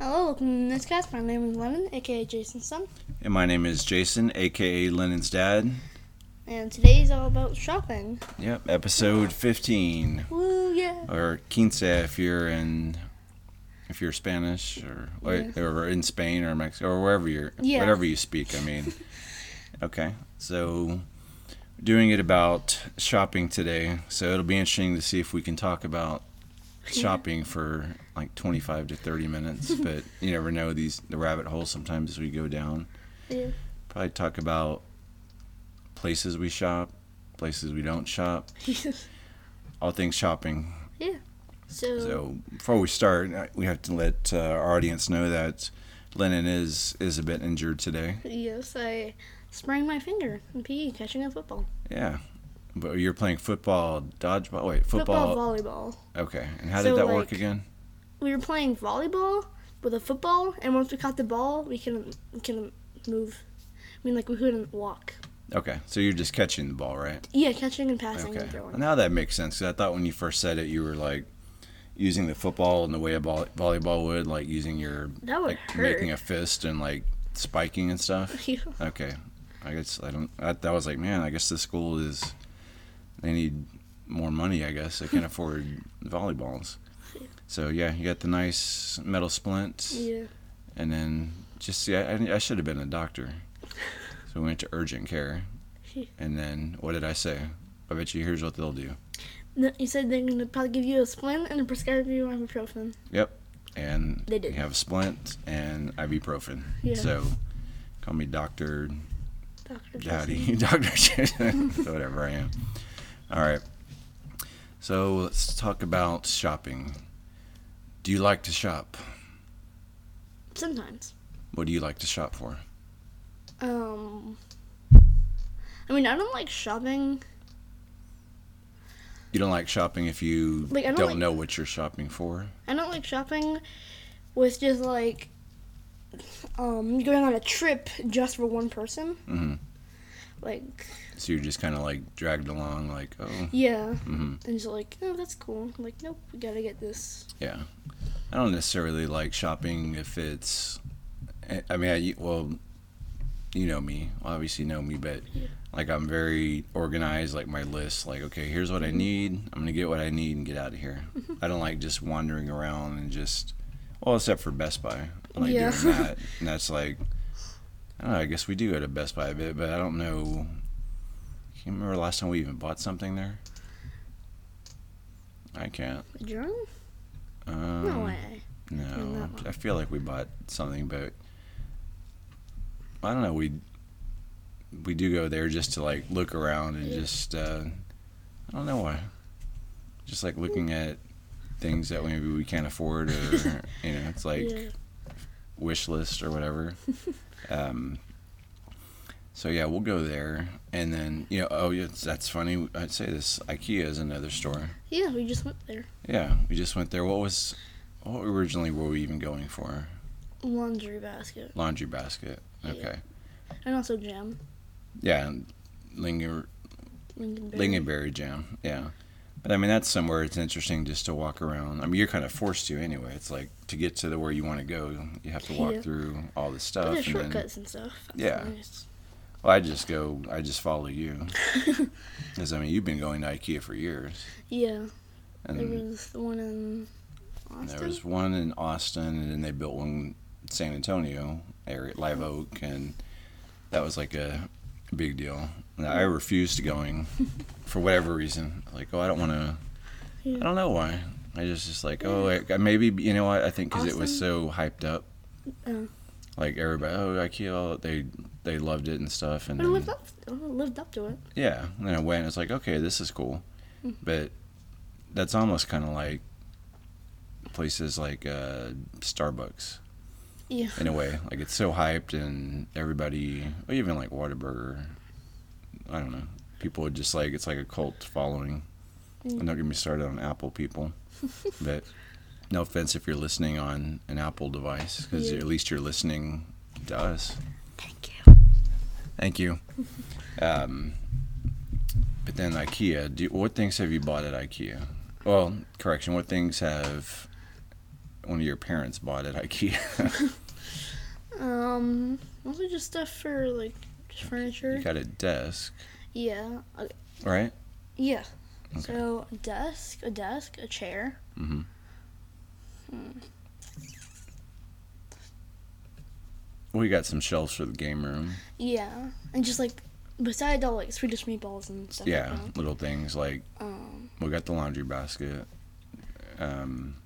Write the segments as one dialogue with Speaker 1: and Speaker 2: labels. Speaker 1: welcome to Newscast. My name is Lennon, aka Jason's son,
Speaker 2: And my name is Jason, aka Lennon's dad.
Speaker 1: and today's all about shopping.
Speaker 2: Yep, episode 15
Speaker 1: Woo, yeah.
Speaker 2: or 15 if you're in if you're Spanish or or, or in Spain or Mexico or wherever you're
Speaker 1: Yeah.
Speaker 2: whatever you speak, I mean. okay. So doing it about shopping today. So it'll be interesting to see if we can talk about shopping for like 25 to 30 minutes, but you never know these the rabbit holes sometimes we go down.
Speaker 1: Yeah.
Speaker 2: probably talk about places we shop, places we don't shop, all things shopping.
Speaker 1: so,
Speaker 2: So before we start, I- we have to let uh, our audience know that Lennon is is a bit injured today.
Speaker 1: yes, I sprained my finger in PE catching a football.
Speaker 2: Yeah, but you're playing football, dodgeball. Wait,
Speaker 1: Football,
Speaker 2: football.
Speaker 1: volleyball.
Speaker 2: Okay, and how
Speaker 1: So,
Speaker 2: did that work
Speaker 1: like-
Speaker 2: again?
Speaker 1: We were playing volleyball with a football, and once we caught the ball, we couldn't, we couldn't move. I mean, like, we couldn't walk.
Speaker 2: Okay, so you're just catching the ball, right?
Speaker 1: Yeah, catching and passing
Speaker 2: Okay.
Speaker 1: and throwing.
Speaker 2: Now that makes sense. 'cause I thought when you first said it, you were like using the football in the way a volley- volleyball would, like using your
Speaker 1: That would
Speaker 2: like
Speaker 1: hurt.
Speaker 2: making a fist and like spiking and stuff.
Speaker 1: Yeah.
Speaker 2: Okay, I guess I don't. I, that was like, man, I guess the school is they need more money. I guess they can't afford volleyballs. So yeah, you got the nice metal splint,
Speaker 1: yeah.
Speaker 2: and then just yeah, I, I should have been a doctor. So we went to urgent care, and then what did I say? I bet you here's what they'll do.
Speaker 1: No, You said they're going to probably give you a splint and prescribe you ibuprofen.
Speaker 2: and
Speaker 1: They did.
Speaker 2: you have a splint and ibuprofen.
Speaker 1: Yeah.
Speaker 2: So call me Doctor
Speaker 1: Dr.
Speaker 2: Daddy, Doctor whatever I am. All right. So let's talk about shopping. Do you like to shop?
Speaker 1: Sometimes.
Speaker 2: What do you like to shop for?
Speaker 1: Um, I mean, I don't like shopping.
Speaker 2: You don't like shopping if you
Speaker 1: Like, I
Speaker 2: don't,
Speaker 1: don't like-
Speaker 2: know what you're shopping for.
Speaker 1: I don't like shopping with just like um going on a trip just for one person.
Speaker 2: Mhm.
Speaker 1: Like,
Speaker 2: So you're just kind of like dragged along, like oh
Speaker 1: yeah,
Speaker 2: hmm
Speaker 1: and just like, oh, that's cool. I'm like, nope, we gotta get this.
Speaker 2: yeah. I don't necessarily like shopping if it's. I- I mean, I, well, you know me. Obviously, know me, but like I'm very organized. Like my list, like okay, here's what I
Speaker 1: Mm-hmm.
Speaker 2: need. I'm gonna get what I need and get out of here. I don't like just wandering around and just. Well, except for Best Buy, I like
Speaker 1: Yeah.
Speaker 2: doing that, and that's like. I don't know. I guess we do go to Best Buy a bit, but I don't know. Can you remember last time we even bought something there? I can't.
Speaker 1: Drone?
Speaker 2: Um,
Speaker 1: No way.
Speaker 2: no,
Speaker 1: that one.
Speaker 2: I feel like we bought something, but I don't know. We we do go there just to like look around and just uh, I don't know why. Just like looking
Speaker 1: Mm.
Speaker 2: at things that maybe we can't afford, or you know, it's like
Speaker 1: yeah.
Speaker 2: wish list or whatever. um, so yeah, we'll go there, and then you know, oh yeah, that's funny. I'd say this IKEA is another store.
Speaker 1: Yeah, we just went there.
Speaker 2: Yeah, we just went there. What was what originally were we even going for?
Speaker 1: Laundry basket
Speaker 2: Laundry basket. Okay.
Speaker 1: and also jam.
Speaker 2: Yeah, and linger,
Speaker 1: Lincoln.
Speaker 2: lingonberry jam. Yeah. But I mean that's somewhere it's interesting just to walk around. I mean you're kind of forced to anyway. It's like to get to the where you want to go, you have to walk
Speaker 1: Yeah.
Speaker 2: through all this stuff.
Speaker 1: There's
Speaker 2: and then-
Speaker 1: shortcuts and stuff. That's
Speaker 2: Yeah.
Speaker 1: nice.
Speaker 2: well, I just go. I just follow you. Because I mean you've been going to IKEA for years,
Speaker 1: Yeah.
Speaker 2: and
Speaker 1: There was the one in Austin.
Speaker 2: There was one in Austin, and then they built one in San Antonio area, Live Oak, and that was like a big deal. And I refused to going for whatever reason. Like, oh, I don't want to.
Speaker 1: Yeah.
Speaker 2: I don't know why. I just just like, oh, I, I- maybe you know what? I think because it was so hyped up.
Speaker 1: Oh.
Speaker 2: Like everybody, oh, IKEA, they they loved it and stuff. And
Speaker 1: But it
Speaker 2: then-
Speaker 1: lived up, it lived up to it.
Speaker 2: yeah, and then I went. It's like, okay, this is cool, but that's almost kind of like places like uh, Starbucks
Speaker 1: Yeah.
Speaker 2: in a way. Like it's so hyped, and everybody, or even like Whataburger, I don't know. People would just like it's like a cult following. I'm not gonna be started on Apple people, but no offense if you're listening on an Apple device, because
Speaker 1: Yeah.
Speaker 2: at least you're listening to us.
Speaker 1: Thank you.
Speaker 2: Thank you. Um, but then IKEA. Do, what things have you bought at IKEA? Well, correction. What things have one of your parents bought at IKEA.
Speaker 1: Um, mostly just stuff for like just furniture.
Speaker 2: you got a desk,
Speaker 1: Yeah. uh,
Speaker 2: right?
Speaker 1: yeah.
Speaker 2: Okay.
Speaker 1: So a desk, a desk, a chair.
Speaker 2: Mhm.
Speaker 1: Hmm.
Speaker 2: We got some shelves for the game room.
Speaker 1: Yeah, and just like beside all like Swedish meatballs and stuff.
Speaker 2: Yeah,
Speaker 1: Like
Speaker 2: little things like
Speaker 1: that. Um.
Speaker 2: we got the laundry basket. Um,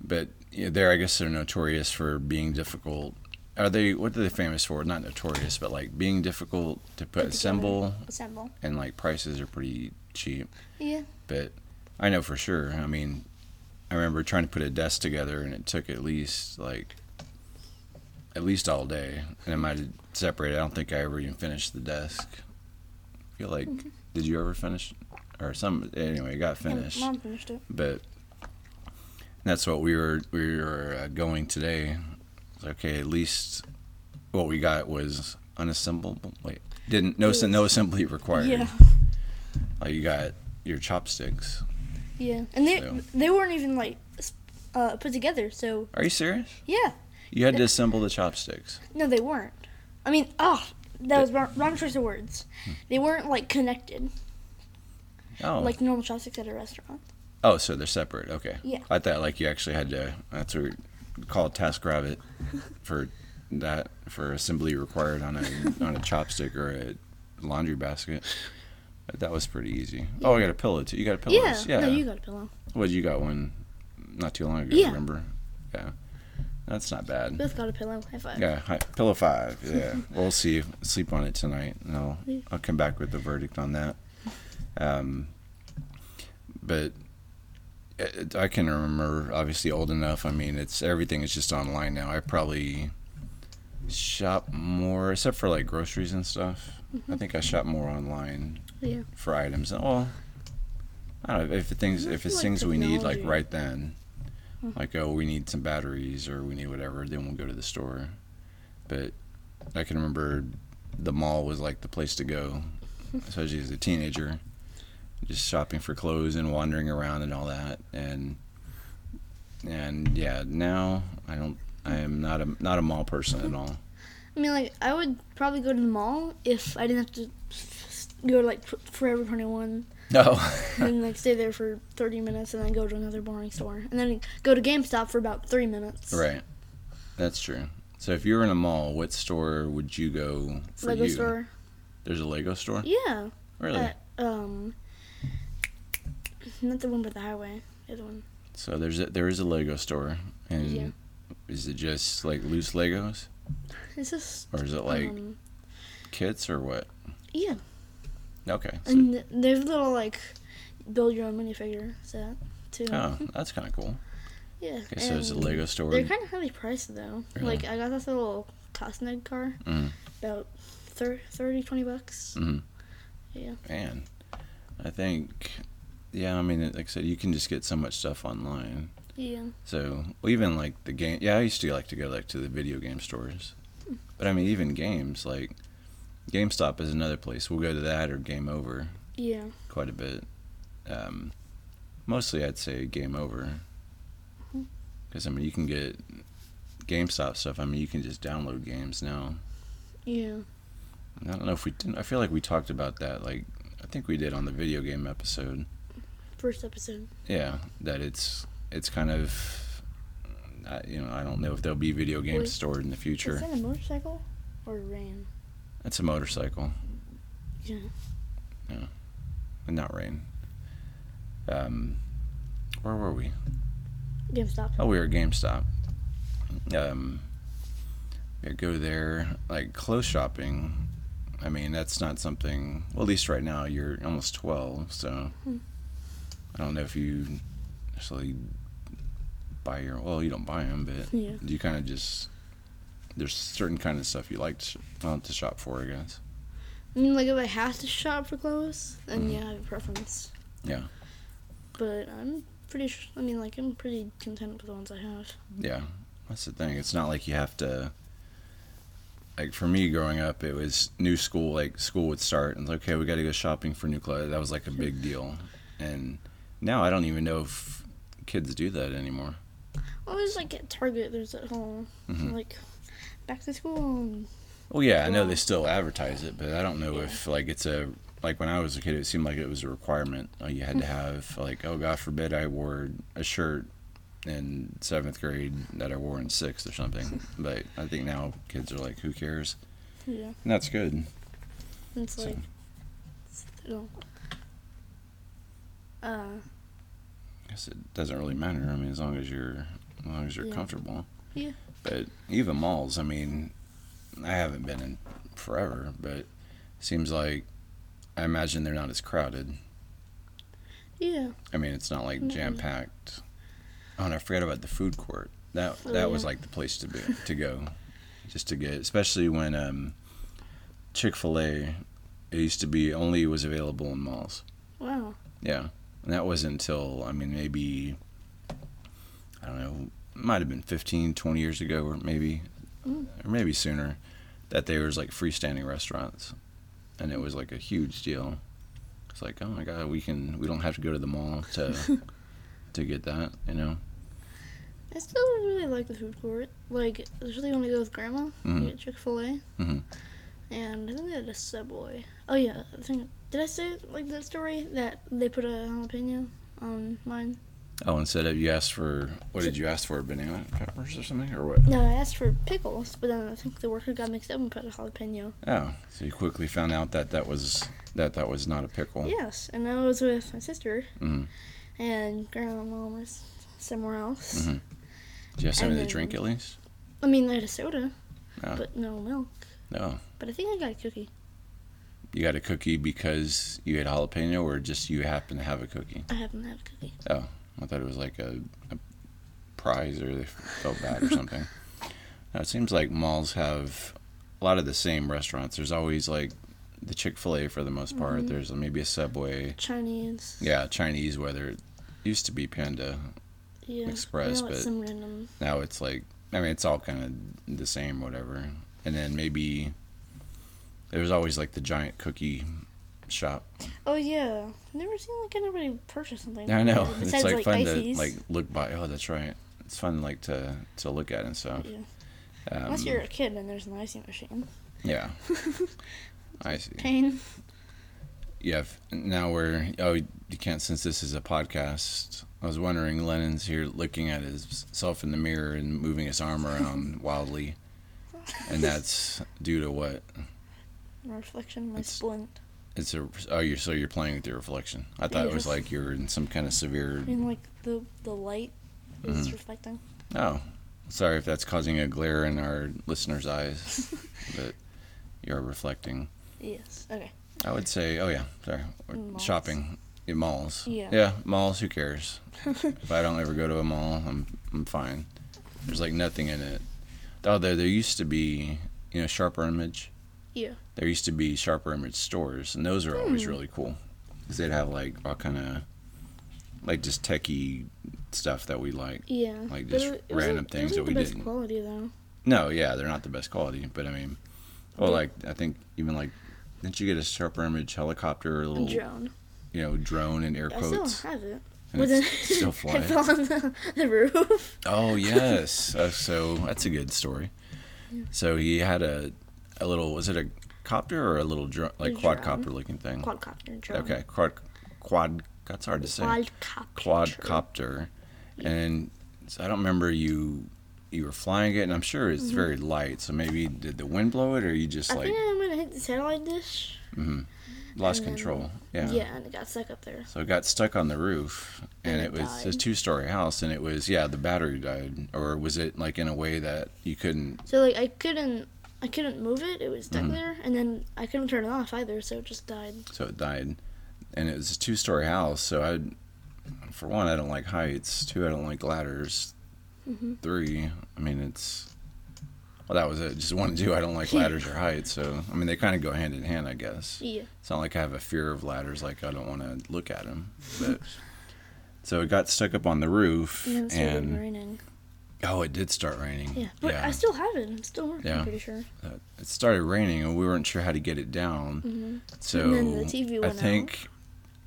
Speaker 2: but yeah, there, I guess they're notorious for being difficult. Are they? What are they famous for? Not notorious, but like being difficult to put
Speaker 1: together.
Speaker 2: assemble,
Speaker 1: Assemble.
Speaker 2: and like prices are pretty cheap.
Speaker 1: Yeah.
Speaker 2: But I know for sure. I mean, I remember trying to put a desk together, and it took at least like at least all day, and I might have separated. I don't think I ever even finished the desk. I feel like
Speaker 1: Mm-hmm.
Speaker 2: did you ever finish or some anyway? It got
Speaker 1: yeah,
Speaker 2: finished,
Speaker 1: Mom finished it.
Speaker 2: but that's what we were we were uh, going today. It's okay, at least what we got was unassemblable. Wait, didn't no
Speaker 1: Yes.
Speaker 2: no assembly required.
Speaker 1: Yeah.
Speaker 2: Like you got your chopsticks.
Speaker 1: Yeah. And they
Speaker 2: So-
Speaker 1: they weren't even like s- uh, put together. So
Speaker 2: Are you serious?
Speaker 1: yeah.
Speaker 2: You had to assemble the chopsticks.
Speaker 1: No, they weren't. I mean, ah, that was wrong, wrong choice of words. They weren't like connected
Speaker 2: Hmm. Oh,
Speaker 1: like normal chopsticks at a restaurant.
Speaker 2: oh, so they're separate. Okay.
Speaker 1: Yeah.
Speaker 2: I thought like you actually had to. That's what we call task rabbit for that for assembly required on a on a chopstick or a laundry basket. But that was pretty easy. Oh, I got a pillow too. You got pillows.
Speaker 1: Yeah. No, you got a pillow.
Speaker 2: Well, you got one not too long ago.
Speaker 1: Yeah.
Speaker 2: Remember? Yeah. That's not bad.
Speaker 1: Both got a pillow. High five.
Speaker 2: Yeah, hi, pillow five. Yeah, we'll see. Sleep on it tonight, and I'll
Speaker 1: Yeah.
Speaker 2: I'll come back with the verdict on that. Um, but it, I can remember, obviously, old enough. I mean, it's everything is just online now. I probably shop more, except for like groceries and stuff. I think I shop more online
Speaker 1: Yeah.
Speaker 2: for items. Oh, Well, I don't know if it things
Speaker 1: I
Speaker 2: if
Speaker 1: feel
Speaker 2: it's
Speaker 1: like
Speaker 2: things we need like
Speaker 1: technology- Mm-hmm.
Speaker 2: right then, like oh we need some batteries or we need whatever, then we'll go to the store. But I can remember the mall was like the place to go, especially as a teenager, just shopping for clothes and wandering around and all that. And and yeah, now I don't. I am not a not a mall person at all.
Speaker 1: I mean, like, I would probably go to the mall if I didn't have to s- go to, like, F- Forever 21
Speaker 2: No.
Speaker 1: and, like, stay there for 30 minutes and then go to another boring store. And then go to GameStop for about three minutes.
Speaker 2: Right. That's true. So if you were in a mall, what store would you go for
Speaker 1: Lego
Speaker 2: you?
Speaker 1: store.
Speaker 2: There's a Lego store?
Speaker 1: Yeah.
Speaker 2: Really?
Speaker 1: At, um, not the one by the highway. The other one.
Speaker 2: so there's a, there is a Lego store and
Speaker 1: Yeah.
Speaker 2: is it just like loose Legos
Speaker 1: It's just,
Speaker 2: or is it like
Speaker 1: um,
Speaker 2: kits or what?
Speaker 1: yeah.
Speaker 2: Okay. So,
Speaker 1: And th- there's little, like, build your own minifigure set, too.
Speaker 2: oh, that's kind of cool.
Speaker 1: Yeah.
Speaker 2: Okay, so there's a
Speaker 1: and-
Speaker 2: Lego store.
Speaker 1: Um, They're kind of highly priced though.
Speaker 2: Really?
Speaker 1: Like I got this little Cosneg car,
Speaker 2: Mhm.
Speaker 1: about thir- 30, 20 bucks.
Speaker 2: Mhm.
Speaker 1: Yeah.
Speaker 2: Man, I think yeah, I mean like I said you can just get so much stuff online.
Speaker 1: Yeah.
Speaker 2: So well, even like the game, yeah, I used to like to go like to the video game stores, but I mean even games like GameStop is another place. We'll go to that or Game Over
Speaker 1: Yeah.
Speaker 2: quite a bit. Um, mostly, I'd say Game Over, because I mean you can get GameStop stuff. I mean you can just download games now.
Speaker 1: Yeah.
Speaker 2: And I don't know if we didn't. I feel like we talked about that. Like I think we did on the video game episode.
Speaker 1: First episode.
Speaker 2: yeah that it's it's kind of I, you know i don't know if there'll be video games
Speaker 1: Wait.
Speaker 2: stored in the
Speaker 1: Is
Speaker 2: future
Speaker 1: that a motorcycle or a rain?
Speaker 2: it's a motorcycle
Speaker 1: Yeah.
Speaker 2: and not rain um where were we
Speaker 1: GameStop.
Speaker 2: oh we were at gamestop um yeah, go there like clothes shopping i mean that's not something well at least right now you're almost 12 so
Speaker 1: Hmm.
Speaker 2: i don't know if you actually buy your well you don't buy them but
Speaker 1: Yeah.
Speaker 2: you kind of just there's certain kind of stuff you like to, sh- uh, to shop for i guess
Speaker 1: I mean, like if I have to shop for clothes, then
Speaker 2: Mhm.
Speaker 1: yeah, I have a preference.
Speaker 2: Yeah.
Speaker 1: But I'm pretty. Sh- I mean, like I'm pretty content with the ones I have.
Speaker 2: yeah that's the thing it's not like you have to like for me growing up it was new school like school would start and it's like, okay we got to go shopping for new clothes that was like a big deal and now i don't even know if kids do that anymore
Speaker 1: Well, there's like at Target, there's a whole
Speaker 2: Mhm.
Speaker 1: like back to school. And,
Speaker 2: Well, yeah, I know they
Speaker 1: Well-
Speaker 2: still advertise it, but I don't know if like it's a like when I was a kid, it seemed like it was a requirement. Like you had
Speaker 1: Mm-hmm.
Speaker 2: to have like oh God forbid I wore a shirt in seventh grade that I wore in sixth or something. But I think now kids are like, who cares?
Speaker 1: yeah,
Speaker 2: And that's good.
Speaker 1: and it's
Speaker 2: So-
Speaker 1: like, it's, you know, uh,
Speaker 2: I guess it doesn't really matter. I mean, as long as you're as long as you're
Speaker 1: Yeah.
Speaker 2: comfortable.
Speaker 1: Yeah.
Speaker 2: But even malls, I mean, I haven't been in forever, but seems like I imagine they're not as crowded.
Speaker 1: yeah.
Speaker 2: I mean, it's not like
Speaker 1: Mm.
Speaker 2: jam packed. Oh, and I forgot about the food court. That
Speaker 1: Oh,
Speaker 2: that was
Speaker 1: yeah.
Speaker 2: like the place to be to go, just to get, especially when um, Chick Fil A, it used to be only was available in malls.
Speaker 1: Wow.
Speaker 2: Yeah, and that wasn't until I mean maybe I don't know, might have been 15, 20 years ago, or maybe,
Speaker 1: Mm.
Speaker 2: or maybe sooner, that there was like freestanding restaurants, and it was like a huge deal. It's like, oh my god, we can we don't have to go to the mall to to get that, you know.
Speaker 1: I still really like the food court. Like, especially when I go with grandma,
Speaker 2: Mhm.
Speaker 1: we get Chick Fil A,
Speaker 2: Mhm.
Speaker 1: and I think they had a Subway. Oh yeah, I think did I say like that story that they put a jalapeno on mine?
Speaker 2: Oh, instead of you asked for what did you ask for? Banana peppers or something or what?
Speaker 1: No, I asked for pickles, but then I think the worker got mixed up and put a jalapeno.
Speaker 2: Oh, so you quickly found out that that was that that was not a pickle.
Speaker 1: Yes, and I was with my sister
Speaker 2: Mhm.
Speaker 1: and grandma and mom was somewhere else.
Speaker 2: Mhm. Did you have something
Speaker 1: And
Speaker 2: to drink
Speaker 1: then-
Speaker 2: at least?
Speaker 1: I mean, I had a soda,
Speaker 2: Oh.
Speaker 1: but no milk.
Speaker 2: No.
Speaker 1: But I think I got a cookie.
Speaker 2: You got a cookie because you had jalapeno, or just you happen to have a cookie?
Speaker 1: I haven't had a cookie.
Speaker 2: I thought it was like a, a prize, or they felt bad or something. Now it seems like malls have a lot of the same restaurants. There's always like the Chick Fil A for the most part.
Speaker 1: Mhm.
Speaker 2: There's maybe a Subway.
Speaker 1: Chinese.
Speaker 2: Yeah, Chinese. Whether it used to be Panda,
Speaker 1: yeah.
Speaker 2: Express,
Speaker 1: I know it's
Speaker 2: but-
Speaker 1: some random.
Speaker 2: now it's like I mean it's all kind of the same, whatever. And then maybe there's always like the giant cookie shop.
Speaker 1: Oh yeah, never seen like anybody purchase something.
Speaker 2: Yeah, I know.
Speaker 1: that.
Speaker 2: It's
Speaker 1: Besides,
Speaker 2: like, fun
Speaker 1: Ices.
Speaker 2: to like look by. Oh, that's right. It's fun like to to look at and stuff.
Speaker 1: Yeah.
Speaker 2: Um,
Speaker 1: Unless you're a kid and there's an icing machine.
Speaker 2: Yeah. I see.
Speaker 1: Pain.
Speaker 2: Yeah. if- Now we're oh you can't since this is a podcast. I was wondering Lennon's here looking at himself in the mirror and moving his arm around wildly, and that's due to what?
Speaker 1: My reflection, my
Speaker 2: It's-
Speaker 1: splint.
Speaker 2: It's a oh you're so you're playing with your reflection. I thought it was
Speaker 1: Yeah.
Speaker 2: like you're in some kind of severe.
Speaker 1: I mean, like the the light is
Speaker 2: Mm-hmm.
Speaker 1: reflecting.
Speaker 2: Oh, sorry if that's causing a glare in our listeners' eyes, but you're reflecting.
Speaker 1: Yes. Okay.
Speaker 2: I would say, oh yeah, sorry, or
Speaker 1: Malls.
Speaker 2: shopping, yeah, malls.
Speaker 1: Yeah.
Speaker 2: malls. Who cares? if I don't ever go to a mall, I'm I'm fine. There's like nothing in it. Although there used to be, you know, Sharper Image.
Speaker 1: Yeah.
Speaker 2: There used to be Sharper Image stores, and those are always
Speaker 1: Hmm.
Speaker 2: really cool because they'd have like all kind of like just techie stuff that we like.
Speaker 1: Yeah.
Speaker 2: Like,
Speaker 1: But
Speaker 2: just
Speaker 1: it- it wasn't-
Speaker 2: random
Speaker 1: it
Speaker 2: things
Speaker 1: wasn't
Speaker 2: that we
Speaker 1: the best
Speaker 2: didn't-
Speaker 1: quality though.
Speaker 2: No, yeah, they're not the best quality, but I mean, well,
Speaker 1: Yeah.
Speaker 2: like I think even like didn't you get a sharper image helicopter, a little
Speaker 1: Drone.
Speaker 2: you know drone in air
Speaker 1: I still
Speaker 2: quotes?
Speaker 1: have it.
Speaker 2: and
Speaker 1: But
Speaker 2: it's
Speaker 1: then
Speaker 2: still
Speaker 1: It
Speaker 2: flying.
Speaker 1: fell on the, the roof.
Speaker 2: Oh yes, uh, so that's a good story. So he had a a little was it a copter or a little dr- like
Speaker 1: A
Speaker 2: quadcopter
Speaker 1: drone.
Speaker 2: looking thing?
Speaker 1: Quadcopter drone.
Speaker 2: Mm. Okay, quad quad. That's hard to say.
Speaker 1: Quadcopter.
Speaker 2: quadcopter, and so I don't remember you you were flying it, and I'm sure it's very light. So maybe did the wind blow it, or you just
Speaker 1: Mm-hmm. I
Speaker 2: like mm-hmm,
Speaker 1: think I might have hit the satellite dish.
Speaker 2: lost
Speaker 1: and then-
Speaker 2: control?
Speaker 1: Yeah.
Speaker 2: Yeah.
Speaker 1: and it got stuck up there.
Speaker 2: So it got stuck on the roof, and,
Speaker 1: And
Speaker 2: it
Speaker 1: it
Speaker 2: was a
Speaker 1: died.
Speaker 2: two story house, and it was yeah the battery died, or was it like in a way that you couldn't?
Speaker 1: So like I couldn't I couldn't move it. It was
Speaker 2: Mm-hmm.
Speaker 1: stuck there, and then I couldn't turn it off either, so it just died.
Speaker 2: So it died, and it was a two story house. So I, for one, I don't like heights. Two, I don't like ladders.
Speaker 1: Mhm.
Speaker 2: Three, I mean it's. Well, that was it. Just one and two. I don't like
Speaker 1: Yeah.
Speaker 2: ladders or heights. So I mean they kind of go hand in hand, I guess.
Speaker 1: Yeah.
Speaker 2: It's not like I have a fear of ladders. Like I don't want to look at them. But so it got stuck up on the roof,
Speaker 1: And then it
Speaker 2: and,
Speaker 1: started raining.
Speaker 2: oh, it did start raining.
Speaker 1: Yeah. But I still have it. It's still working,
Speaker 2: Yeah.
Speaker 1: I'm pretty sure.
Speaker 2: Uh, it started raining, and we weren't sure how to get it down.
Speaker 1: hmm
Speaker 2: So
Speaker 1: And then the TV
Speaker 2: I
Speaker 1: went out.
Speaker 2: think.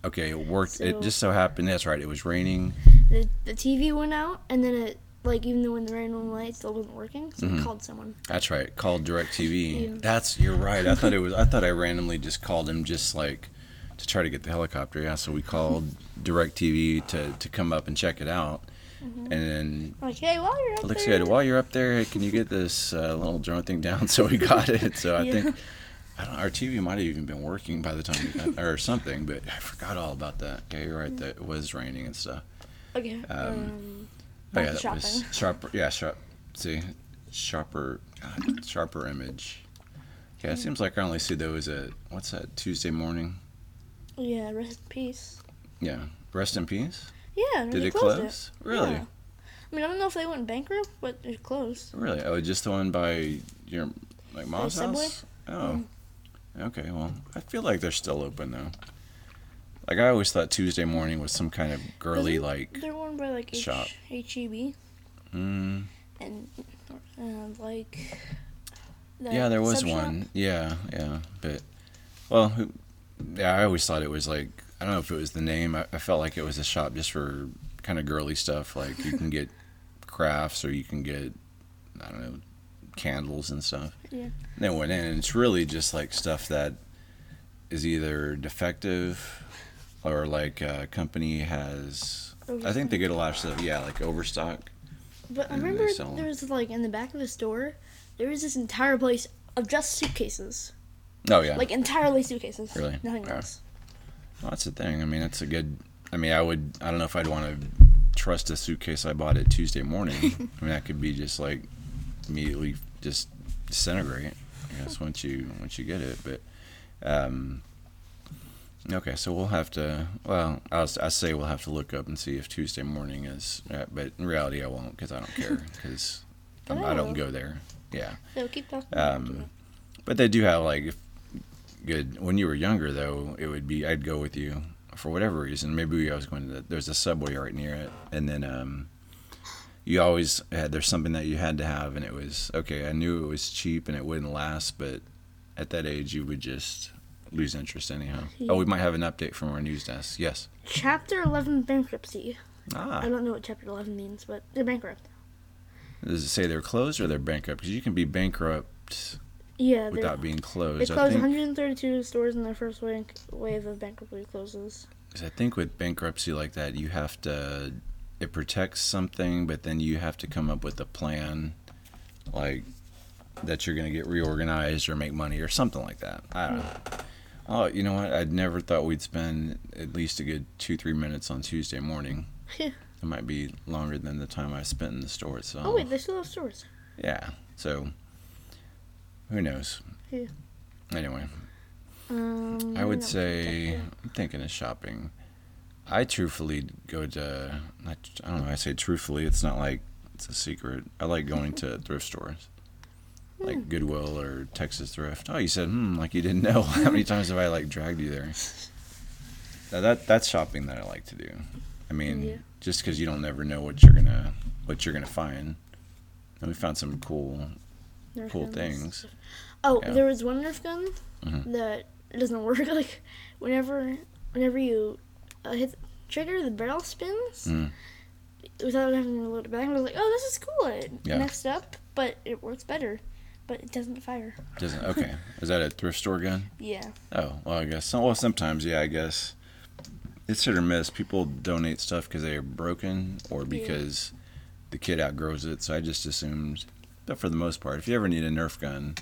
Speaker 2: Okay, it worked. It
Speaker 1: So-
Speaker 2: just so happened. That's right. It was raining.
Speaker 1: The, the TV went out, and then it like even though when the random light still wasn't working, so
Speaker 2: Mm-hmm.
Speaker 1: I called someone.
Speaker 2: That's right. Called DirecTV.
Speaker 1: Yeah.
Speaker 2: That's you're right. I thought it was. I thought I randomly just called him just like to try to get the helicopter. Yeah. So we called DirecTV to to come up and check it out.
Speaker 1: Mm-hmm.
Speaker 2: And then
Speaker 1: I'm like, hey, while you're up
Speaker 2: Alexa
Speaker 1: there,
Speaker 2: said, while you're up there, can you get this uh, little drone thing down? So we got it. So I
Speaker 1: Yeah.
Speaker 2: think I don't, our TV might have even been working by the time we got or something. But I forgot all about that. Yeah, you're right. That it was raining and stuff.
Speaker 1: okay,
Speaker 2: um,
Speaker 1: um,
Speaker 2: Oh,
Speaker 1: back
Speaker 2: yeah,
Speaker 1: to
Speaker 2: that
Speaker 1: shopping.
Speaker 2: was sharper. Yeah, sharp. See, sharper, God, sharper image. Yeah, it seems like I only see those at what's that Tuesday morning.
Speaker 1: yeah, rest in peace.
Speaker 2: Yeah, rest in peace.
Speaker 1: Yeah, and
Speaker 2: Did
Speaker 1: they
Speaker 2: it
Speaker 1: closed
Speaker 2: close? Really,
Speaker 1: Yeah. I mean, I don't know if they went bankrupt, but it closed.
Speaker 2: really. Oh, just the one by your like mom's
Speaker 1: Subway? Mm.
Speaker 2: house. Oh, okay. Well, I feel like they're still open though. Like I always thought Tuesday morning was some kind of girly
Speaker 1: Isn't
Speaker 2: like.
Speaker 1: They're one by like H- E
Speaker 2: Shop.
Speaker 1: HEB
Speaker 2: Mm,
Speaker 1: and uh, like. the
Speaker 2: yeah, there was
Speaker 1: sub shop.
Speaker 2: one. Yeah, yeah, but well, who- yeah, I always thought it was like I don't know if it was the name. I, I felt like it was a shop just for kind of girly stuff. Like you can get crafts or you can get I don't know candles and stuff.
Speaker 1: Yeah.
Speaker 2: And then went in, and it's really just like stuff that is either defective or like a company has. I think they get a lot of stuff. Yeah, like overstock.
Speaker 1: But I
Speaker 2: and they
Speaker 1: remember
Speaker 2: sell 'em.
Speaker 1: there was like in the back of the store, there was this entire place of just suitcases,
Speaker 2: Oh yeah.
Speaker 1: like entirely suitcases.
Speaker 2: Really?
Speaker 1: Nothing
Speaker 2: Yeah.
Speaker 1: else.
Speaker 2: Well, that's the thing. I mean, that's a good. I mean, I would. I don't know if I'd want to trust a suitcase I bought at Tuesday morning. I mean, that could be just like immediately just disintegrate. I guess once you once you get it, but. Um, okay, so we'll have to. Well, I, was, I say we'll have to look up and see if Tuesday morning is. Uh, but in reality, I won't because I don't care because
Speaker 1: But I
Speaker 2: I
Speaker 1: will.
Speaker 2: don't go there. Yeah.
Speaker 1: So keep talking.
Speaker 2: Um, but they do have like if- good. When you were younger, though, it would be I'd go with you for whatever reason. Maybe I was going to the, there's a subway right near it, and then um, you always had there's something that you had to have, and it was okay. I knew it was cheap and it wouldn't last, but at that age, you would just lose interest anyhow. Oh, we might have an update from our news desk. Yes.
Speaker 1: chapter 11 bankruptcy. I
Speaker 2: Ah,
Speaker 1: don't know what chapter 11 means, but they're bankrupt.
Speaker 2: does it say they're closed or they're bankrupt? Because you can be bankrupt
Speaker 1: Yeah, they're,
Speaker 2: without being
Speaker 1: they
Speaker 2: closed. I
Speaker 1: closed
Speaker 2: think.
Speaker 1: 132 stores in their first wave, wave of bankruptcy closes.
Speaker 2: Because I think with bankruptcy like that, you have to it protects something, but then you have to come up with a plan, like that you're gonna get reorganized or make money or something like that. I don't know.
Speaker 1: Mm-hmm.
Speaker 2: Oh, you know what? I'd never thought we'd spend at least a good two three minutes on Tuesday morning.
Speaker 1: Yeah.
Speaker 2: it might be longer than the time I spent in the store itself.
Speaker 1: Oh, wait, they still have stores.
Speaker 2: yeah. So who knows?
Speaker 1: Yeah.
Speaker 2: Anyway.
Speaker 1: Um,
Speaker 2: I would
Speaker 1: no,
Speaker 2: say
Speaker 1: yeah.
Speaker 2: I'm thinking of shopping. I truthfully go to not, I don't know. I say truthfully, it's not like it's a secret. I like going to thrift stores,
Speaker 1: Hmm.
Speaker 2: like Goodwill or Texas Thrift. Oh, you said hmm, like you didn't know. How many times have I like dragged you there? Now that that's shopping that I like to do. I mean,
Speaker 1: Yeah.
Speaker 2: just because you don't never know what you're gonna what you're gonna find. And we found some cool
Speaker 1: Nerf
Speaker 2: cool
Speaker 1: guns.
Speaker 2: things.
Speaker 1: Oh,
Speaker 2: Yeah.
Speaker 1: there was one Nerf gun
Speaker 2: Mhm.
Speaker 1: that doesn't work. Like, whenever, whenever you uh, hit the trigger, the barrel spins
Speaker 2: Mm.
Speaker 1: without having to load it back. I was like, oh, this is cool. It
Speaker 2: Yeah.
Speaker 1: messed up, but it works better. But it doesn't fire.
Speaker 2: Doesn't okay? Is that a thrift store gun?
Speaker 1: Yeah.
Speaker 2: Oh well, I guess. Well, sometimes, yeah, I guess it's hit or miss. People donate stuff because they are broken or because the kid outgrows it. So I just assumed. But for the most part, if you ever need a Nerf gun,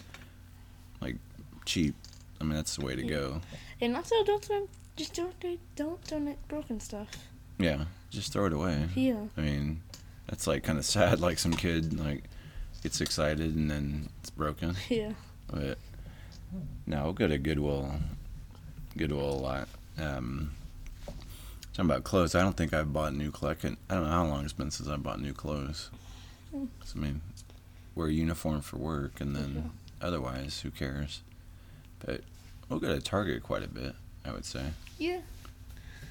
Speaker 2: like cheap, I mean that's the way to go.
Speaker 1: And also, don't don- just don't do, don't donate broken stuff.
Speaker 2: Yeah, just throw it away.
Speaker 1: Yeah.
Speaker 2: I mean, that's like kind of sad. Like some kid like gets excited and then it's broken.
Speaker 1: Yeah.
Speaker 2: But no, we'll go to Goodwill. Goodwill a lot. Um, talking about clothes, I don't think I've bought new clothes. I don't know how long it's been since I bought new clothes. 'Cause, I mean, wear a uniform for work, and then otherwise, who cares? But we'll go to Target quite a bit. I would say
Speaker 1: Yeah.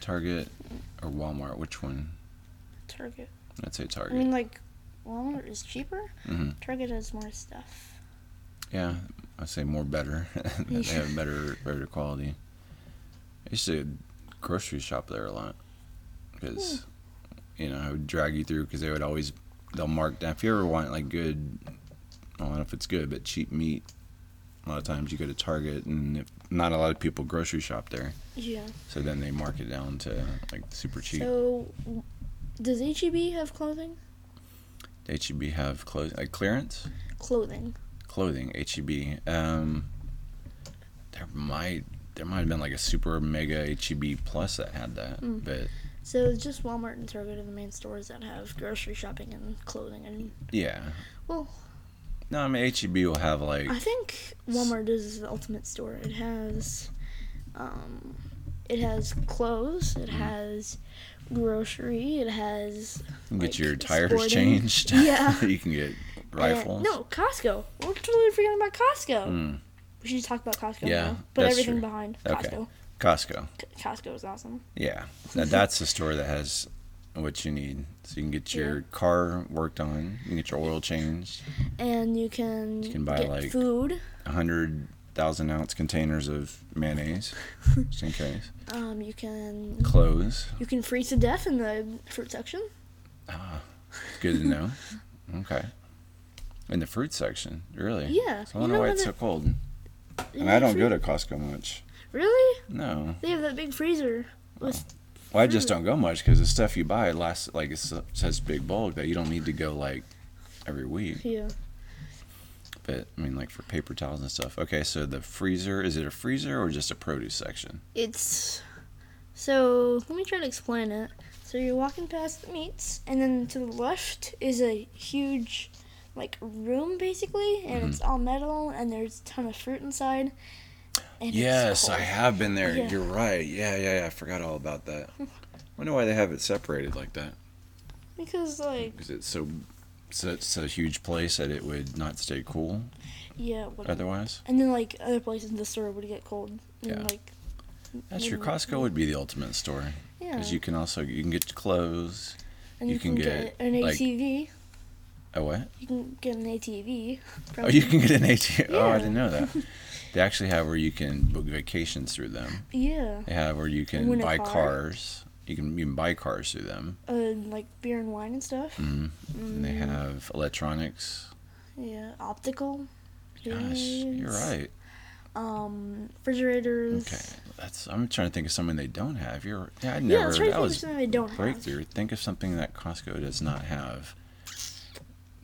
Speaker 2: Target or Walmart. Which one?
Speaker 1: Target.
Speaker 2: I'd
Speaker 1: I
Speaker 2: say
Speaker 1: mean,
Speaker 2: Target.
Speaker 1: like, Walmart is cheaper.
Speaker 2: hmm
Speaker 1: Target has more stuff.
Speaker 2: Yeah, I'd say more better. they have better better quality. I used to grocery shop there a lot because you know I would drag you through because they would always they'll mark down. If you ever want like good, I don't know if it's good, but cheap meat. A lot of times you go to Target, and if, not a lot of people grocery shop there,
Speaker 1: Yeah.
Speaker 2: so then they mark it down to like super cheap.
Speaker 1: So, w- does HEB have clothing?
Speaker 2: HEB have clothes like clearance
Speaker 1: Clothing.
Speaker 2: clothing. HEB. Um, there might there might have been like a super mega HEB plus that had that,
Speaker 1: Mm.
Speaker 2: but
Speaker 1: So it's just Walmart and Target are the main stores that have grocery shopping and clothing. And
Speaker 2: yeah.
Speaker 1: Well-
Speaker 2: no, I mean HEB will have like
Speaker 1: I think Walmart is the ultimate store. It has, um, it has clothes.
Speaker 2: Mm-hmm.
Speaker 1: It has grocery. It has
Speaker 2: you can get
Speaker 1: like,
Speaker 2: your tires
Speaker 1: sporting-
Speaker 2: changed.
Speaker 1: Yeah.
Speaker 2: you can get rifles.
Speaker 1: And, eh, no, Costco. We're totally forgetting about Costco.
Speaker 2: Mm.
Speaker 1: We should talk about Costco
Speaker 2: Yeah,
Speaker 1: now. But
Speaker 2: that's
Speaker 1: everything
Speaker 2: true.
Speaker 1: behind
Speaker 2: Okay.
Speaker 1: Costco.
Speaker 2: Costco.
Speaker 1: C- Costco is awesome.
Speaker 2: Yeah.
Speaker 1: Mm-hmm.
Speaker 2: Now that's the store that has what you need. So you can get your car worked on, you can get your oil changed,
Speaker 1: And you can,
Speaker 2: can buy,
Speaker 1: get
Speaker 2: like-
Speaker 1: food.
Speaker 2: 100,000 ounce containers of mayonnaise, just in case.
Speaker 1: Um, you can
Speaker 2: Clothes.
Speaker 1: you can freeze to death in the fruit section.
Speaker 2: Ah, it's good to know. Okay. In the fruit section, really?
Speaker 1: Yeah,
Speaker 2: So I
Speaker 1: you
Speaker 2: wonder
Speaker 1: know
Speaker 2: why
Speaker 1: where
Speaker 2: it's
Speaker 1: the-
Speaker 2: so cold.
Speaker 1: Isn't
Speaker 2: And I
Speaker 1: it
Speaker 2: don't
Speaker 1: fruit?
Speaker 2: go to Costco much.
Speaker 1: Really?
Speaker 2: No.
Speaker 1: They have that big freezer with
Speaker 2: Well, I just
Speaker 1: Fruit.
Speaker 2: don't go much because the stuff you buy lasts, like, it's such big bulk that you don't need to go, like, every week.
Speaker 1: yeah.
Speaker 2: But I mean, like for paper towels and stuff. Okay, so the freezer is it a freezer or just a produce section?
Speaker 1: It's so let me try to explain it. So you're walking past the meats, and then to the left is a huge like room basically, and it's
Speaker 2: Mm-hmm.
Speaker 1: all metal, and there's a ton of fruit inside. And it's
Speaker 2: yes, I
Speaker 1: cold.
Speaker 2: have been there.
Speaker 1: Yeah.
Speaker 2: You're right. Yeah, yeah, yeah. I forgot all about that. Wonder why they have it separated like that?
Speaker 1: because like
Speaker 2: Because it's so such a huge place that it would not stay cool
Speaker 1: yeah, what,
Speaker 2: otherwise.
Speaker 1: and then like other places in the store would get cold, and
Speaker 2: Yeah.
Speaker 1: like
Speaker 2: That's your
Speaker 1: Maybe.
Speaker 2: Costco would be the ultimate store
Speaker 1: yeah,
Speaker 2: because you can also you can get clothes.
Speaker 1: and
Speaker 2: you can get,
Speaker 1: an
Speaker 2: like-
Speaker 1: ATV.
Speaker 2: Oh what?
Speaker 1: You can get an ATV.
Speaker 2: Oh,
Speaker 1: from-
Speaker 2: you can get an ATV. Oh,
Speaker 1: Yeah.
Speaker 2: I didn't know that. They actually have where you can book vacations through them.
Speaker 1: yeah,
Speaker 2: They have where you can
Speaker 1: Win a
Speaker 2: buy
Speaker 1: car.
Speaker 2: cars. You can you can buy cars through them.
Speaker 1: uh, like beer and wine and stuff.
Speaker 2: Mm. And they have electronics.
Speaker 1: Yeah, optical.
Speaker 2: Gosh, you're
Speaker 1: earrings,
Speaker 2: right.
Speaker 1: Um, refrigerators.
Speaker 2: Okay, that's. I'm trying to think of something they don't have. You're. Yeah, I never.
Speaker 1: yeah, let's try to think
Speaker 2: that
Speaker 1: of
Speaker 2: was
Speaker 1: something they don't
Speaker 2: breakthrough. Think of something that Costco does not have.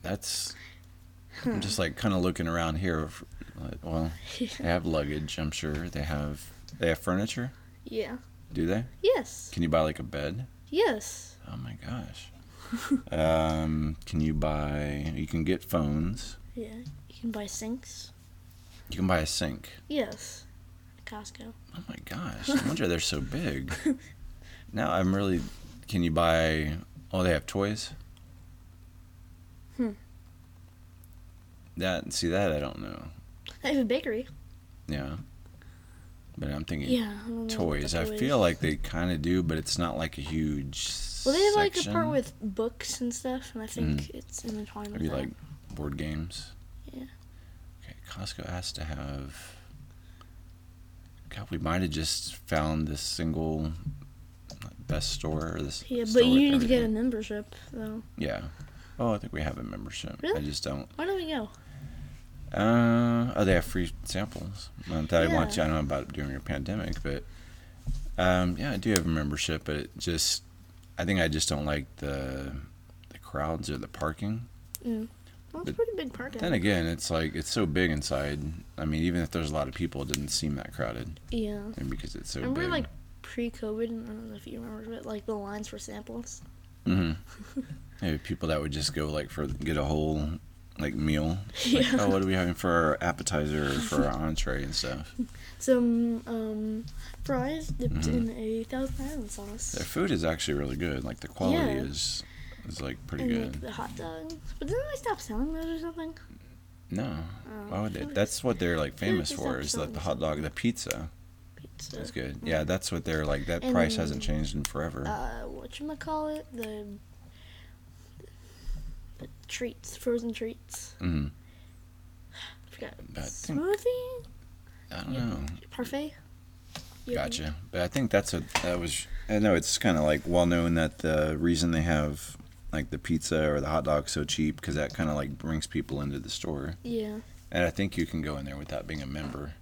Speaker 2: That's. I'm just like kind of looking around here. f- like, Well, they have luggage. I'm sure they have. They have furniture.
Speaker 1: have. Yeah.
Speaker 2: Do they?
Speaker 1: Yes.
Speaker 2: Can you buy like a bed?
Speaker 1: Yes.
Speaker 2: Oh my gosh. um, can you buy? You can get phones.
Speaker 1: Yeah. You can buy sinks.
Speaker 2: You can buy a sink.
Speaker 1: Yes. Costco.
Speaker 2: Oh my gosh, no wonder they're so big. Now I'm really. Can you buy? Oh, they have toys.
Speaker 1: Hmm.
Speaker 2: That see that I don't know.
Speaker 1: They have a bakery.
Speaker 2: Yeah. But I'm thinking
Speaker 1: Yeah. I don't know
Speaker 2: toys.
Speaker 1: about
Speaker 2: I feel like they kind of do, but it's not like a huge.
Speaker 1: Well, they have like a part
Speaker 2: section. Hmm.
Speaker 1: with books and stuff, and I think it's in the time.
Speaker 2: Maybe like board games.
Speaker 1: Yeah.
Speaker 2: Okay, Costco has to have. God, we might have just found this single best store or this.
Speaker 1: Yeah,
Speaker 2: store
Speaker 1: but you need
Speaker 2: with
Speaker 1: to get a
Speaker 2: everything.
Speaker 1: membership though.
Speaker 2: Yeah. Oh, I think we have a membership. I
Speaker 1: Really?
Speaker 2: just don't.
Speaker 1: Why don't we go?
Speaker 2: Uh, oh, they have free samples. Not that I want to.
Speaker 1: Yeah.
Speaker 2: I know about it during a pandemic, but um, yeah, I do have a membership. But it just, I think I just don't like the the crowds or the parking.
Speaker 1: Well, it's
Speaker 2: But-
Speaker 1: pretty big parking.
Speaker 2: Then again, it's like it's so big inside. I mean, even if there's a lot of people, it doesn't seem that crowded,
Speaker 1: yeah.
Speaker 2: and because it's so
Speaker 1: Remember
Speaker 2: big.
Speaker 1: like pre-COVID, I don't know if you remember, but like the lines for samples.
Speaker 2: hmm Maybe people that would just go like for get a whole like meal. Like,
Speaker 1: Yeah.
Speaker 2: oh, what are we having for our appetizer or for our entree and stuff?
Speaker 1: Some um, fries dipped in
Speaker 2: Mhm.
Speaker 1: a Thousand Island sauce.
Speaker 2: Their food is actually really good. Like the quality
Speaker 1: Yeah.
Speaker 2: is is like pretty
Speaker 1: and
Speaker 2: good.
Speaker 1: like the hot dogs. But didn't they stop selling those or something?
Speaker 2: No,
Speaker 1: Um,
Speaker 2: why would they? Oh, That's what they're like
Speaker 1: like
Speaker 2: famous
Speaker 1: they
Speaker 2: for
Speaker 1: stopped
Speaker 2: is like the
Speaker 1: selling
Speaker 2: hot dog, the pizza.
Speaker 1: pizza.
Speaker 2: That's good. Yeah, that's what they're like. That price hasn't changed in forever.
Speaker 1: Mm-hmm. Uh, whatchamacallit? The, the treats, frozen treats.
Speaker 2: mm,
Speaker 1: I forgot.
Speaker 2: I think-
Speaker 1: Smoothie?
Speaker 2: I don't
Speaker 1: yeah.
Speaker 2: know.
Speaker 1: Parfait? You-
Speaker 2: Gotcha. But I think that's what that was. I know it's kind of like well known that the reason they have like the pizza or the hot dog so cheap because that kind of like brings people into the store.
Speaker 1: Yeah.
Speaker 2: And I think you can go in there without being a member.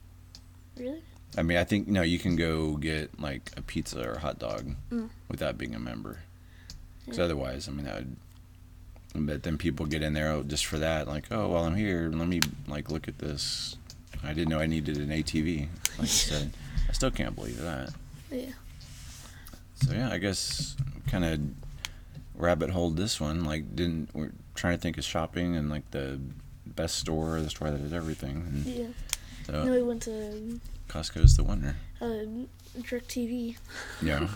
Speaker 1: Really?
Speaker 2: I mean, I think no, you can go get like a pizza or a hot dog
Speaker 1: Mm.
Speaker 2: without being a member. Because
Speaker 1: Yeah.
Speaker 2: otherwise, I mean, that would. But then people get in there oh, just for that, like, oh, while I'm here, let me like look at this. I didn't know I needed an ATV. Like I said, I still can't believe that.
Speaker 1: Yeah.
Speaker 2: So yeah, I guess kind of rabbit hole this one. Like, didn't we're trying to think of shopping and like the best store, the store that did everything. And
Speaker 1: Yeah.
Speaker 2: so
Speaker 1: No, we went to
Speaker 2: Costco's the winner.
Speaker 1: um, uh, Direct TV.
Speaker 2: Yeah,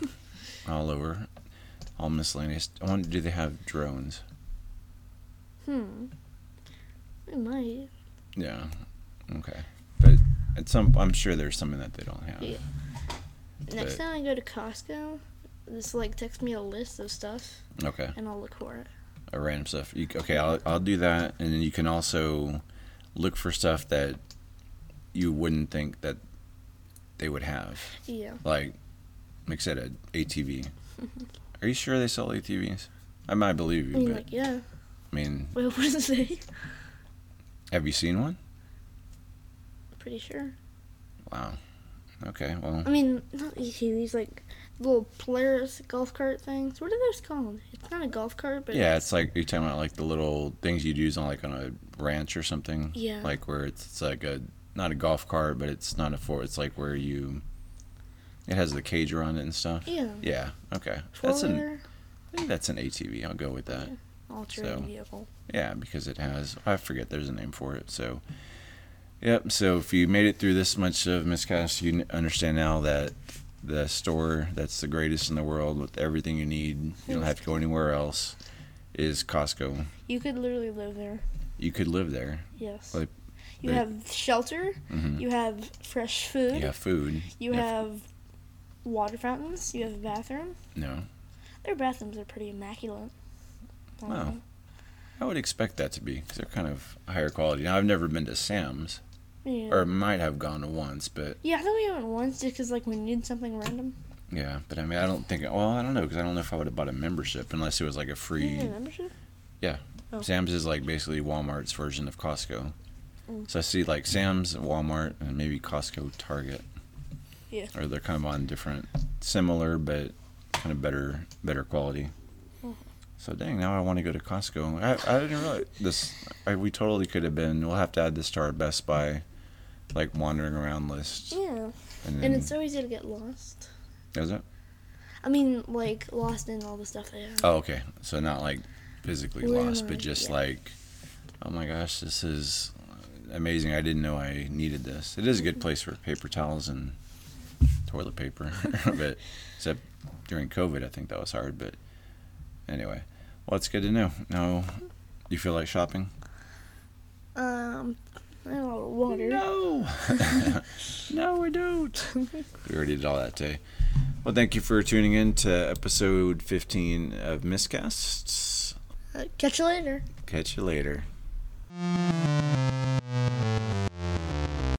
Speaker 2: all over, all miscellaneous. I wonder, do they have drones?
Speaker 1: Hmm. We might.
Speaker 2: Yeah. Okay. But at some, I'm sure there's something that they don't have.
Speaker 1: Yeah. Next
Speaker 2: But-
Speaker 1: time I go to Costco, just like text me a list of stuff
Speaker 2: Okay.
Speaker 1: and I'll look for it.
Speaker 2: Or random stuff. You, okay, I'll I'll do that, and then you can also look for stuff that you wouldn't think that they would have,
Speaker 1: Yeah.
Speaker 2: like like I said, uh, an ATV. Are you sure they sell ATVs? I might believe
Speaker 1: I
Speaker 2: you,
Speaker 1: mean,
Speaker 2: but
Speaker 1: like, yeah.
Speaker 2: I mean,
Speaker 1: Wait, what does it say?
Speaker 2: have you seen one?
Speaker 1: Pretty sure.
Speaker 2: Wow. Okay. Well,
Speaker 1: I mean, not ATVs, like little Polaris golf cart things. What are those called? It's not a golf cart, but
Speaker 2: Yeah, it's like you're talking about like the little things you'd use on like on a ranch or something.
Speaker 1: Yeah.
Speaker 2: Like where it's, it's like a not a golf cart, but it's not a four. It's like where you it has the cage around it and stuff.
Speaker 1: yeah.
Speaker 2: Yeah. Okay.
Speaker 1: Four
Speaker 2: That's an
Speaker 1: wheeler,
Speaker 2: I think that's an ATV. I'll go with that.
Speaker 1: Yeah. alternating
Speaker 2: so.
Speaker 1: vehicle.
Speaker 2: Yeah, because it has I forget there's a name for it. So Yep, so if you made it through this much of Miscast, you n- understand now that the store that's the greatest in the world with everything you need, you don't have to go anywhere else, is Costco.
Speaker 1: You could literally live there.
Speaker 2: You could live there.
Speaker 1: Yes.
Speaker 2: Like,
Speaker 1: you
Speaker 2: they-
Speaker 1: have shelter.
Speaker 2: Mhm.
Speaker 1: You have fresh food.
Speaker 2: You have food.
Speaker 1: You
Speaker 2: Yeah.
Speaker 1: have water fountains. You have a bathroom.
Speaker 2: No.
Speaker 1: Their bathrooms are pretty immaculate. I don't
Speaker 2: Wow.
Speaker 1: know.
Speaker 2: I would expect that to be because they're kind of higher quality. Now I've never been to Sam's,
Speaker 1: Yeah.
Speaker 2: or might have gone to once, but
Speaker 1: yeah, I think we went once just because like we needed something random.
Speaker 2: yeah. But I mean, I don't think. Well, I don't know because I don't know if I would have bought a membership unless it was like a
Speaker 1: Do
Speaker 2: free.
Speaker 1: you have a membership? Oh.
Speaker 2: Sam's is like basically Walmart's version of Costco.
Speaker 1: Mm.
Speaker 2: So I see like Sam's, Walmart, and maybe Costco, Target.
Speaker 1: Yeah.
Speaker 2: Or they're kind of on different, similar but kind of better, better quality.
Speaker 1: Mhm.
Speaker 2: So dang, now I want to go to Costco. I, I didn't realize this. I, we totally could have been. We'll have to add this to our Best Buy, like wandering around list.
Speaker 1: Yeah.
Speaker 2: And, then,
Speaker 1: Mm. And it's so easy to get lost.
Speaker 2: is it?
Speaker 1: I mean, like lost in all the stuff they have.
Speaker 2: Oh, okay. So not like physically lost, but
Speaker 1: Literally,
Speaker 2: just
Speaker 1: yeah.
Speaker 2: like, oh my gosh, this is amazing. I didn't know I needed this. It is a good place for paper towels and toilet paper, but except during COVID, I think that was hard. But anyway, well, it's good to know. Now, you feel like shopping?
Speaker 1: Um, I don't know, water.
Speaker 2: No, no, we don't. we already did all that today. Well, thank you for tuning in to episode 15 of Miscasts.
Speaker 1: Uh, catch you later.
Speaker 2: Catch you later.